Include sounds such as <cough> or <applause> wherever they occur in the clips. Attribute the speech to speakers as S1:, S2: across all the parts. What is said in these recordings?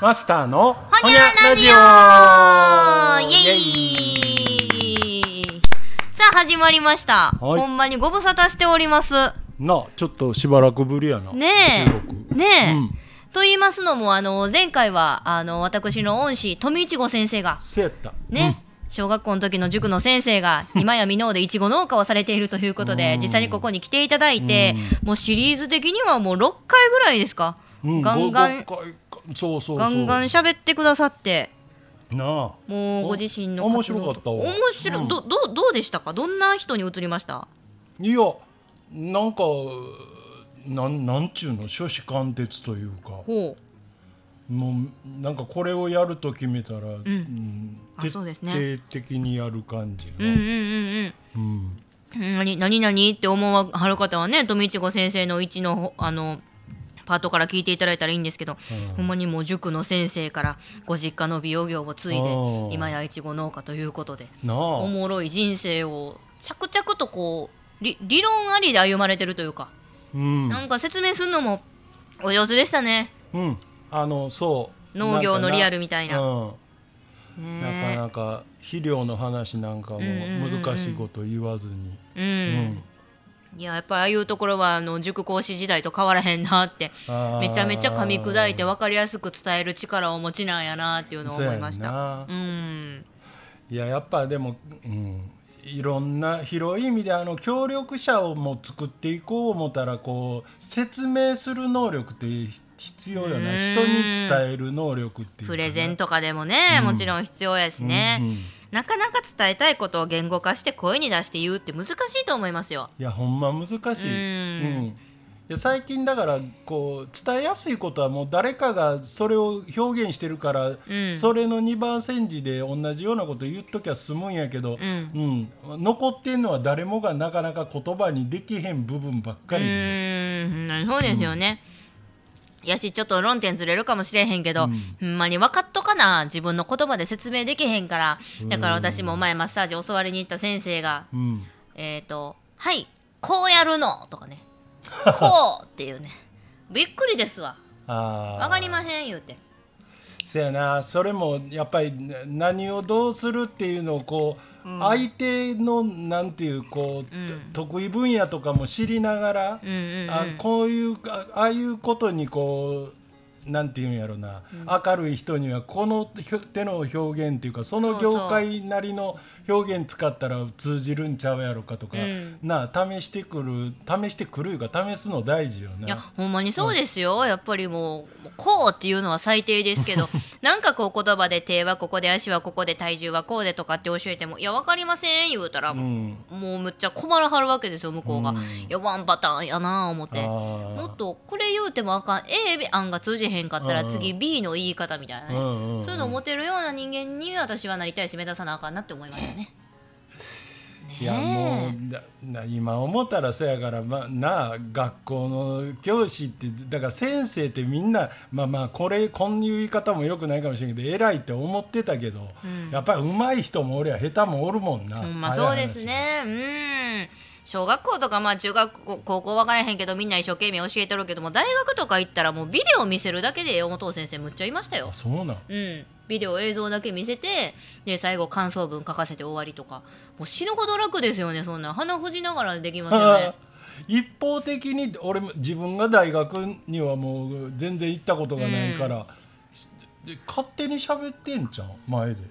S1: マスターの
S2: ほにゃラジオイエイさあ始まりました、
S1: はい
S2: ほんまにご無沙汰しております
S1: なあちょっとしばらくぶりやな
S2: ね
S1: 収録
S2: えねえ、
S1: うん
S2: と言いますのもあの前回はあの私の恩師富一吾先生が
S1: せやった
S2: ね、小学校の時の塾の先生が今や箕面でいちご農家をされているということで実際にここに来ていただいてもうシリーズ的にはもう6回ぐらいですか、
S1: うん
S2: ガンガン
S1: ごごごごそうそうそう
S2: ガンガン喋ってくださって
S1: なあ
S2: もう
S1: お
S2: ご自身の
S1: 面
S2: 活動
S1: 白かったわ
S2: 面白い、
S1: うん
S2: どどどうでしたかどんな人に移りました
S1: いやなんかなんなんちゅうの初子貫徹というか
S2: ほう
S1: もうなんかこれをやると決めたら、うん
S2: あ
S1: 徹
S2: そうです
S1: 底
S2: ね
S1: 的にやる感じ
S2: う
S1: が、
S2: んうんうん
S1: うん
S2: うん何何何って思わはる方はね富一子先生の一のほあのパートから聞いていただいたらいいんですけど、ほんまにもう塾の先生からご実家の美容業を継いで
S1: うん
S2: 今やいちご農家ということで
S1: なあ
S2: おもろい人生を着々とこう理理論ありで歩まれてるというか、
S1: うん
S2: なんか説明するのもお上手でしたね。
S1: うん、あのそう
S2: 農業のリアルみたいな
S1: うんな
S2: ね
S1: かなか肥料の話なんかも難しいこと言わずに、
S2: え
S1: うん
S2: うんいややっぱりああいうところはあの塾講師時代と変わらへんなって
S1: あー
S2: めちゃめちゃ噛み砕いて分かりやすく伝える力をお持ちなんやなっていうのを
S1: そう
S2: 思
S1: や
S2: い
S1: んな
S2: ましたうん
S1: いややっぱでも、うん、いろんな広い意味であの協力者をもう作っていこう思ったらこう説明する能力ってひ必要よね人に伝える能力っていうか
S2: プ
S1: ね、
S2: レゼンとかでもね、もちろん必要やしね、
S1: うんうん
S2: なかなか伝えたいことを言語化して声に出して言うって難しいと思いますよ
S1: いやほんま難しい、
S2: うん
S1: うんいや最近だからこう伝えやすいことはもう誰かがそれを表現してるから、
S2: ん
S1: それの2番煎じで同じようなこと言っときゃ済むんやけど、
S2: ん
S1: うん残ってんのは誰もがなかなか言葉にできへん部分ばっか
S2: う
S1: り、
S2: ーんそうですよね、いやしちょっと論点ずれるかもしれへんけど、ほんまに分かっとかな自分の言葉で説明できへんからだから私も前マッサージ教わりに行った先生が
S1: うん
S2: えっ、ー、と「はいこうやるの」とかね「こう」っていうねびっくりですわ
S1: あー
S2: 分かりません言うて
S1: せやなそれもやっぱりな何をどうするっていうのをこう、相手のなんていうこう、と得意分野とかも知りながら、
S2: うんうん
S1: あこういうあああいうことにこうなんていうんやろな、明るい人にはこのひょ手の表現っていうかそ
S2: そ
S1: の
S2: うそう
S1: 業界なりの表現使ったら通じるんちゃうやろかとか、
S2: うん
S1: なあ試してくる試してくるいうか試すの大事よね。
S2: いやほんまにそうですよやっぱりもう「こう」っていうのは最低ですけどなんかこう言葉で手はここで足はここで体重はこうでとかって教えても「いや分かりません」言うたら、
S1: うん
S2: もうむっちゃ困らはるわけですよ向こうが、
S1: うん
S2: いやワンパターンやなあ思って
S1: あー
S2: もっとこれ言うてもあかん A 案が通じへんかった
S1: う
S2: ら
S1: んうん
S2: 次 B の言い方みたいなね、
S1: うんうんうん
S2: そういうのを持てるような人間に私はなりたいし目指さなあかんなって思いましたね。
S1: いやもうだな今思ったらそやから、まあ、なあ学校の教師ってだから先生ってみんなまあまあこれこういう言い方もよくないかもしれんけど偉いって思ってたけど、やっぱり上手い人もおりゃ下手もおるもんな。
S2: ほんま
S1: 早い
S2: そ
S1: 話
S2: うです。ねうん小学校とかまあ中学校高校分からへんけどみんな一生懸命教えてるけども大学とか行ったらもうビデオ見せるだけで山本先生むっちゃいましたよ
S1: あ。そうなん
S2: うん、ビデオ映像だけ見せてで最後感想文書かせて終わりとかもう死ぬほど楽ですよねそんな鼻ほじながらできますよね
S1: あ。一方的に俺も自分が大学にはもう全然行ったことがないから、で勝手に喋ってんじゃん前で。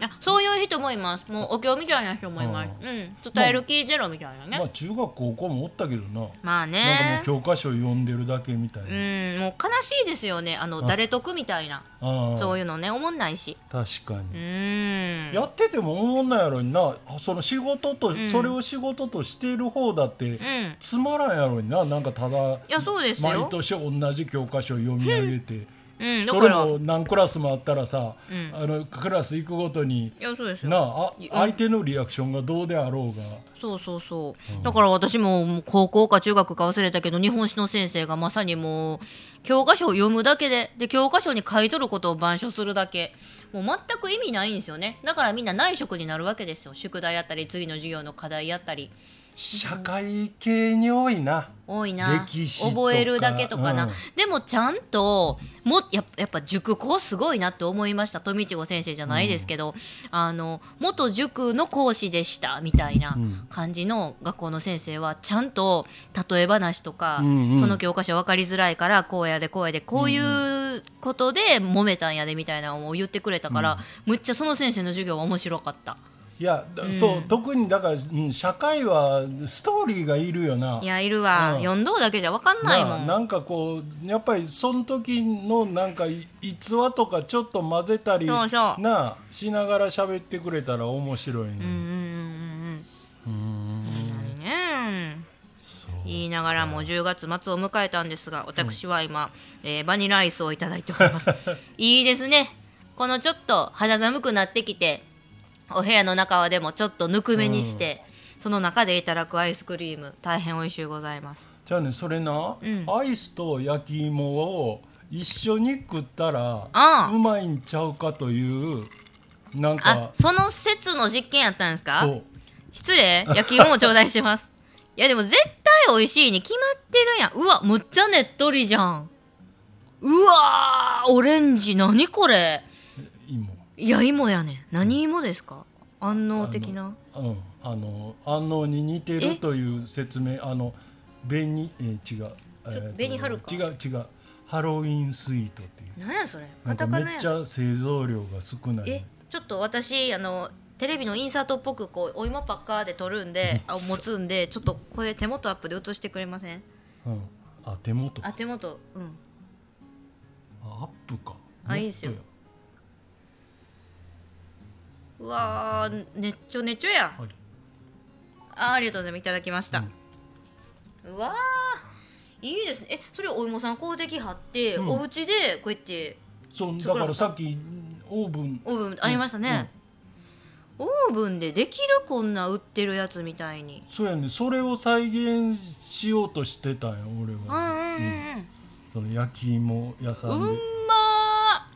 S2: あそういう人もいますもうお経みたいな人もいます、うん、伝える気ゼロみたいなね、
S1: ま
S2: ま
S1: あ
S2: あ、
S1: 中学高校もおったけどな。なん
S2: ね
S1: かもう教科書読んでるだけみたいな。
S2: うんもう悲しいですよねあの誰得みたいな
S1: ああ
S2: そういうのね思んないし
S1: 確か
S2: う
S1: に、
S2: ん
S1: やってても思んないやろになあその仕事と、それを仕事としている方だって、
S2: ん
S1: つまらんやろにななんかただ
S2: いやそうですよ
S1: 毎年同じ教科書を読み上げて、
S2: うん、だ
S1: そ
S2: か
S1: れ
S2: ら。
S1: も何クラスもあったらさ、
S2: ん
S1: あのクラス行くごとに
S2: いや、そうです
S1: な
S2: よ。
S1: ああ
S2: いや
S1: 相手のリアクションがどうであろうが。
S2: そうそうそう。だから私ももう高校か中学か忘れたけど、日本史の先生がまさにもう、教科書を読むだけで、で、教科書に書いとることを板書するだけ。もう全く意味ないんですよね。だからみんな内職になるわけですよ。宿題やったり、次の授業の課題やったり。
S1: 社会系に多いな。
S2: 多いな
S1: 歴史とか
S2: 覚えるだけとかな、
S1: うん
S2: でもちゃんともやっやっぱ塾講すごいなって思いました富一子先生じゃないですけど、あの元塾の講師でしたみたいな感じの学校の先生はちゃんと例え話とか、
S1: うんうん
S2: その教科書分かりづらいからこうやでこうやでこういうことで揉めたんやでみたいなのを言ってくれたから、むっちゃその先生の授業は面白かった。
S1: いや、だそう特にだから、うん社会はストーリーがいるよな。
S2: いやいるわ、
S1: うん
S2: 読んどうだけじゃ分かんないも。
S1: なんなんかこうやっぱりその時のなんかい逸話とかちょっと混ぜたり
S2: そうそう
S1: なあしながら喋ってくれたら面白いね。
S2: うんうんうんう
S1: うー
S2: んうん
S1: ん
S2: ほんまにね
S1: そ
S2: 言いながらもう10月末を迎えたんですが私は今、えーバニラアイスをいただいております
S1: <laughs>
S2: いいですねこのちょっと肌寒くなってきてお部屋の中はでもちょっとぬくめにして、その中でいただくアイスクリーム大変美味しゅうございます
S1: うじゃあねそれな、
S2: ん
S1: アイスと焼き芋を一緒に食ったら
S2: ああ
S1: うまいんちゃうかというな
S2: あ
S1: んか
S2: その説の実験やったんです
S1: そ
S2: か
S1: う
S2: 失礼焼き芋も頂戴して
S1: <laughs>
S2: ますいやでも絶対美味しいに決まってるやんうわむっちゃねっとりじゃんうわーオレンジ何これ
S1: 芋。
S2: いや芋やねん何芋ですか安納的な
S1: うん、あの安納に似て
S2: え
S1: るという説明あの紅、えー、違う、えーと
S2: 紅はるか
S1: 違う違うハロウィンスイートっていう
S2: 何やそれ
S1: な
S2: カ
S1: んか
S2: タカ
S1: めっ
S2: ナや
S1: ちゃ製造量が少ない
S2: えちょっと私あのテレビのインサートっぽくこうお芋パッカーで撮るんであ持つんでちょっとこれ手元アップで映してくれません
S1: うん、あ手元あ
S2: あ手元うん
S1: アップか
S2: あいいですよ
S1: もっ
S2: うわーねっちょねっちょや
S1: とや
S2: あありがとうございますいただきました、うわーいいですねえそれお芋さん買うてきはって、
S1: うん
S2: お家でこうやって
S1: そう
S2: そこら
S1: だからさっきオーブン
S2: オーブンありましたね、オーブンでできるこんな売ってるやつみたいに
S1: そうやねそれを再現しようとしてたんよ俺
S2: うんうん
S1: は、
S2: うん
S1: その焼き芋屋さ
S2: うんん
S1: で、
S2: うんま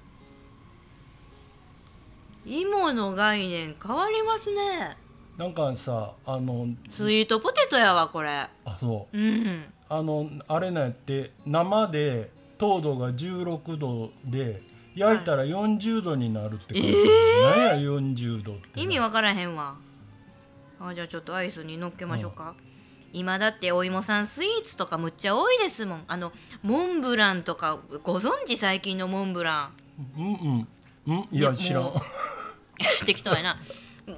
S2: ー芋の概念変わりますね
S1: なんかさあの
S2: スイートポテトやわこれ
S1: あそう
S2: うん
S1: あのあれなんやって生で糖度が16度で焼いたら40度になるって書いてある、なんや40度って
S2: 意味わからへんわあじゃあちょっとアイスに乗っけましょうか、今だってお芋さんスイーツとかむっちゃ多いですもんあのモンブランとかご存知最近のモンブラン <laughs>
S1: うんうんうんい
S2: いや
S1: や知らん
S2: もう適当やな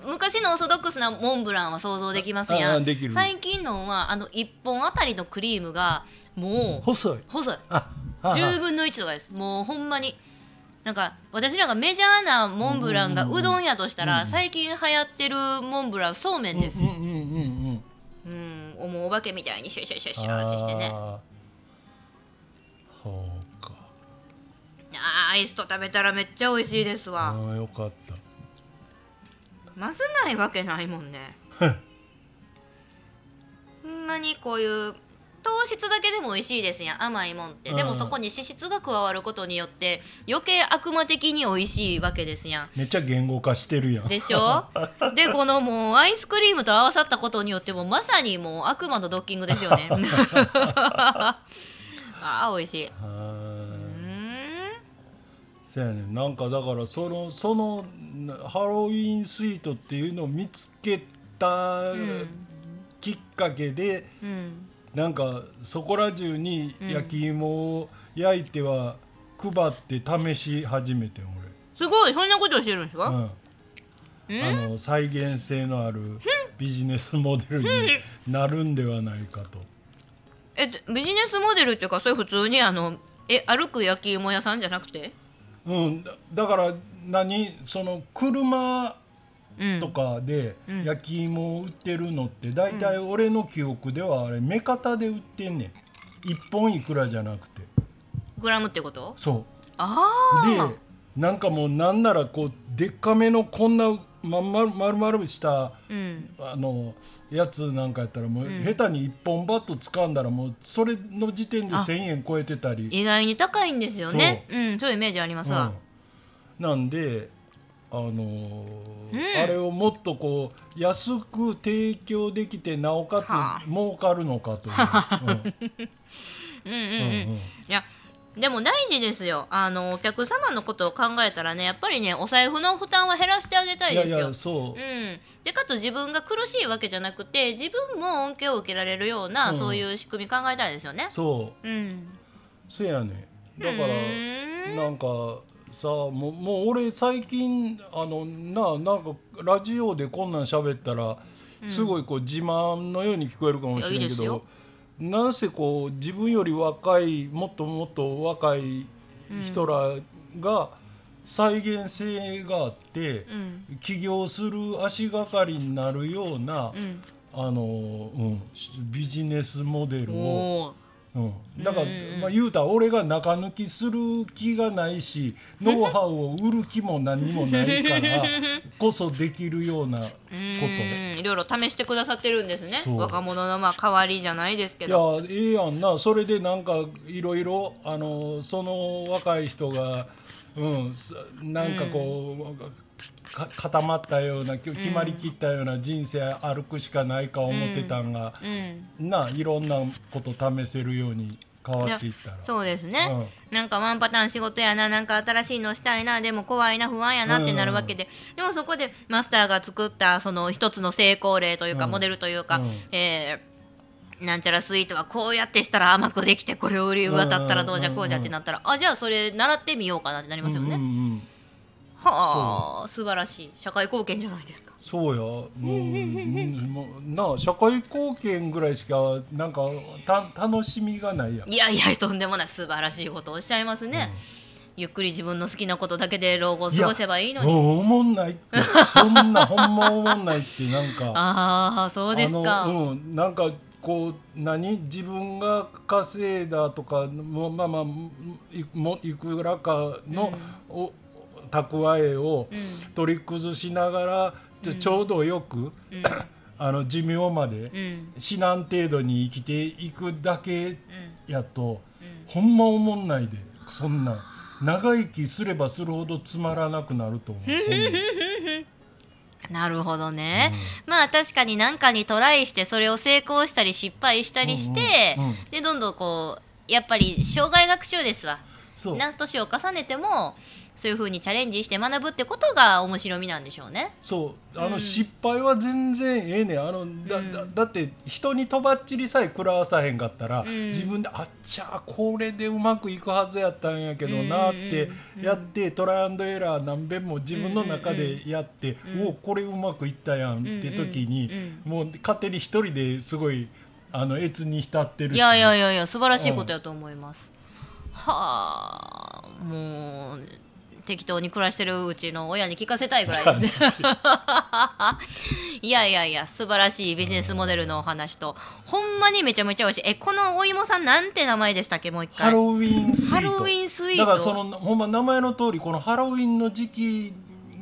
S2: 昔のオーソドックスなモンブランは想像できます
S1: あ
S2: や
S1: あ
S2: ん
S1: できる
S2: 最近のはあの1本あたりのクリームがもう
S1: 細い
S2: 細い
S1: あは
S2: 10
S1: は
S2: 分の1とかですもうほんまになんか私なんかメジャーなモンブランがうどんやとしたら、最近流行ってるモンブランそうめんです
S1: うんうんうん
S2: うん、おもうお化けみたいにシュシュシュ
S1: う
S2: シ
S1: ん
S2: ュってしてね
S1: あーほうか
S2: あーアイスと食べたらめっちゃ美味しいです
S1: あ
S2: わ
S1: ーよかった
S2: まずないわけないもんね <laughs> ほんまにこういう糖質だけでも美味しいですやん甘いもんってでも
S1: うん
S2: そこに脂質が加わることによって余計悪魔的に美味しいわけですやん
S1: めっちゃ言語化してるやん
S2: でしょでこのもうアイスクリームと合わさったことによってもうまさにもう悪魔のドッキングです <laughs> よねあー美味しいう
S1: あー
S2: ーん
S1: そうやねんなんかだからそのそのなハロウィンスイートっていうのを見つけた
S2: ん
S1: きっかけで、
S2: うん
S1: なんかそこら中に焼き芋を焼いては配って試し始めてん
S2: すごいそんなことしてるんです
S1: 俺、う
S2: か、
S1: んあの再現性のあるビジネスモデルになるんではないかと。
S2: えビジネスモデルっていうかそれ普通にあのえ歩く焼き芋屋さんじゃなくて
S1: うん、だだから何その車
S2: うん
S1: とかで焼き芋を売ってるのって大体俺の記憶ではあれ目方で売ってんねん1本いくらじゃなくて
S2: グラムってこと
S1: そ
S2: あ
S1: う
S2: あ
S1: でなんかもうなんならこうでっかめのこんなまんまる丸々した
S2: うん
S1: あのやつなんかやったらもう下手に1本バット掴んだらもうそれの時点で1,000円超えてたり
S2: 意外に高いんですよねうんそういうイメージありますわ
S1: うんなんであのーあれをもっとこう安く提供できてなおか
S2: はあ
S1: つ儲かるのかという、
S2: うんうん
S1: うん
S2: うんいやでも大事ですよあのお客様のことを考えたらねやっぱりねお財布の負担は減らしてあげた
S1: うん
S2: <laughs> い
S1: い
S2: です
S1: やい
S2: よ。
S1: やそ
S2: う、
S1: う
S2: ん、でかつ自分が苦しいわけじゃなくて自分も恩恵を受けられるような、
S1: うん
S2: そういう仕組み考えたいですよね。
S1: そう
S2: うん、
S1: そうやねだか
S2: う
S1: ら
S2: ーん
S1: なんかさもうもう俺最近あのななんかラジオでこんなん喋ったらすごいこう自慢のように聞こえるかもしれ
S2: いやい
S1: ない
S2: い
S1: け
S2: ですよ
S1: ど、なんせこう自分より若いもっともっと若い人らが再現性があって、
S2: うん
S1: 起業する足がかりになるような、
S2: うん、
S1: あのうん、ビジネスモデルを
S2: おお
S1: うん、だから、
S2: うんうんうん
S1: まあ、言うたら俺が中抜きする気がないしノウハウを売る気も何にもな
S2: <laughs>
S1: いからこそできるようなこ
S2: うーんいろいろ試してくださってるんですね
S1: そう
S2: 若者のまあ代わりじゃないですけど。
S1: と。いやええやんなそれでなんかいろいろあのその若い人が、うん、すなんかこう、か固まったようなきょ決まりきったような人生歩くしかないか思ってたんが、
S2: うん
S1: ないろんなこと試せるように変わっていったら。
S2: そうですね、なんかワンパターン仕事やななんか新しいのしたいなでも怖いな不安やなってなるわけで、でもそこでマスターが作ったその一つの成功例というか、
S1: うん
S2: モデルというか、
S1: うん
S2: えーなんちゃらスイートはこうやってしたら甘くできてこれを売り渡ったらどうじゃこうじゃってなったら、あじゃあそれ習ってみようかなってなりますよね、
S1: うんうんうん
S2: はあ素晴らしい社会貢献じゃないですか
S1: そうやもううんもうなあ社会貢献ぐらいしかなんかた楽しみがないやん
S2: いやいやとんでもない素晴らしいことをおっしゃいますね、ゆっくり自分の好きなことだけで老後を過ごせばいいのに
S1: もうおもんないってそんなほんまおもんないってなんか
S2: ああそうですか
S1: あのうんなんかこう何自分が稼いだとかもまあまあいもいくらかの、お蓄えを
S2: うん
S1: 取り崩しながら、ちょちょうどよく、あの寿命まで、
S2: うん
S1: 死なん程度に生きていくだけやと、
S2: う
S1: ほんまおもんないでそんなん長生きすればするほどつまらなくなると思うそんなん
S2: なるほどね、まあ確かに何かにトライしてそれを成功したり失敗したりして、
S1: うんうんうん
S2: でどんどんこうやっぱり障害学習ですわ
S1: そう
S2: な年を重ねてもそういうふうにチャレンジして学ぶってことが面白みなんでしょうね
S1: そうあの失敗は全然ええねんあのだ,、だだって人にとばっちりさえ食らわさへんかったら、
S2: ん
S1: 自分であっちゃーこれでうまくいくはずやったんやけどなーってやって、トライアンドエラー何遍も自分の中でやって、おおこれうまくいったやんって時に、もう勝手に一人ですごいあの越に浸ってるし
S2: いやいやいやいや素晴らしいことやと思います、はあもう適当に暮らしてるうちの親に聞かせたいぐらいですね <laughs> いやいやいや素晴らしいビジネスモデルのお話とほんまにめちゃめちゃ美味しいえこのお芋さんなんて名前でしたっけもう一
S1: ハ
S2: 回
S1: ロウィンスイート
S2: ハロウィンスイート
S1: だからそのほんま名前の通りこのハロウィンの時期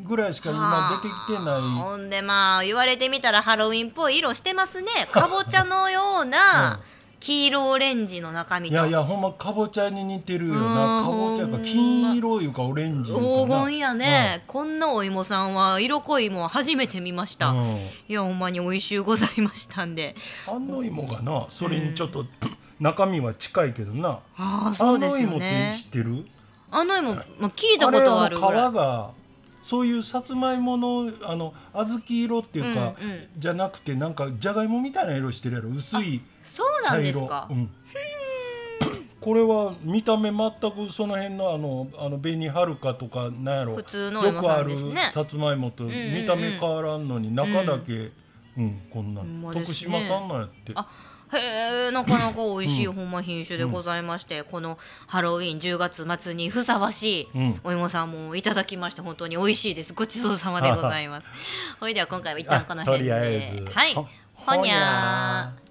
S1: ぐらいしか今出てきてない。
S2: ほんでまあ言われてみたらハロウィンっぽい色してますねかぼちゃのような黄色オレンジの中身
S1: い
S2: と
S1: やいやほんまかぼちゃに似てる
S2: う
S1: よなんかぼちゃ
S2: ほん
S1: が
S2: ま
S1: 金色いうかオレンジいうかな
S2: 黄金やね、こんなお芋さんは色濃いもん初めて見ました、
S1: うん
S2: いやほんまに美味しゅうございましたんで
S1: 安納芋がなそれにちょっと中身は近いけどな
S2: ああそ
S1: 安
S2: うで
S1: 納
S2: すよ
S1: 芋って
S2: ね
S1: 知ってる
S2: あの芋、まあ、聞いた
S1: あ
S2: こ
S1: れ
S2: とあ
S1: は
S2: る
S1: 皮
S2: ぐらい
S1: がそういうさつまいものあの小豆色っていうか、
S2: うんうん
S1: じゃなくてなんかじゃがいもみたいな色してるやろ薄い
S2: そうな
S1: 茶
S2: んです
S1: 色
S2: か、
S1: うんこれは見た目全くその辺のあのあの紅はるかとかなんやろ
S2: 普通のお芋さんですね
S1: よくあるさつまいもと
S2: んうん
S1: 見た目変わらんのに中だけ、うんこんな、
S2: んまですね
S1: 徳島産なんやって
S2: あへえなかなか美味しい、ほんま品種でございまして、このハロウィン10月末にふさわしい
S1: うん
S2: お芋さんもいただきまして本当に美味しいですごちそうさまでございますほいでは今回は一旦この辺で
S1: あとりあえず
S2: はい
S1: ほ
S2: ほにゃー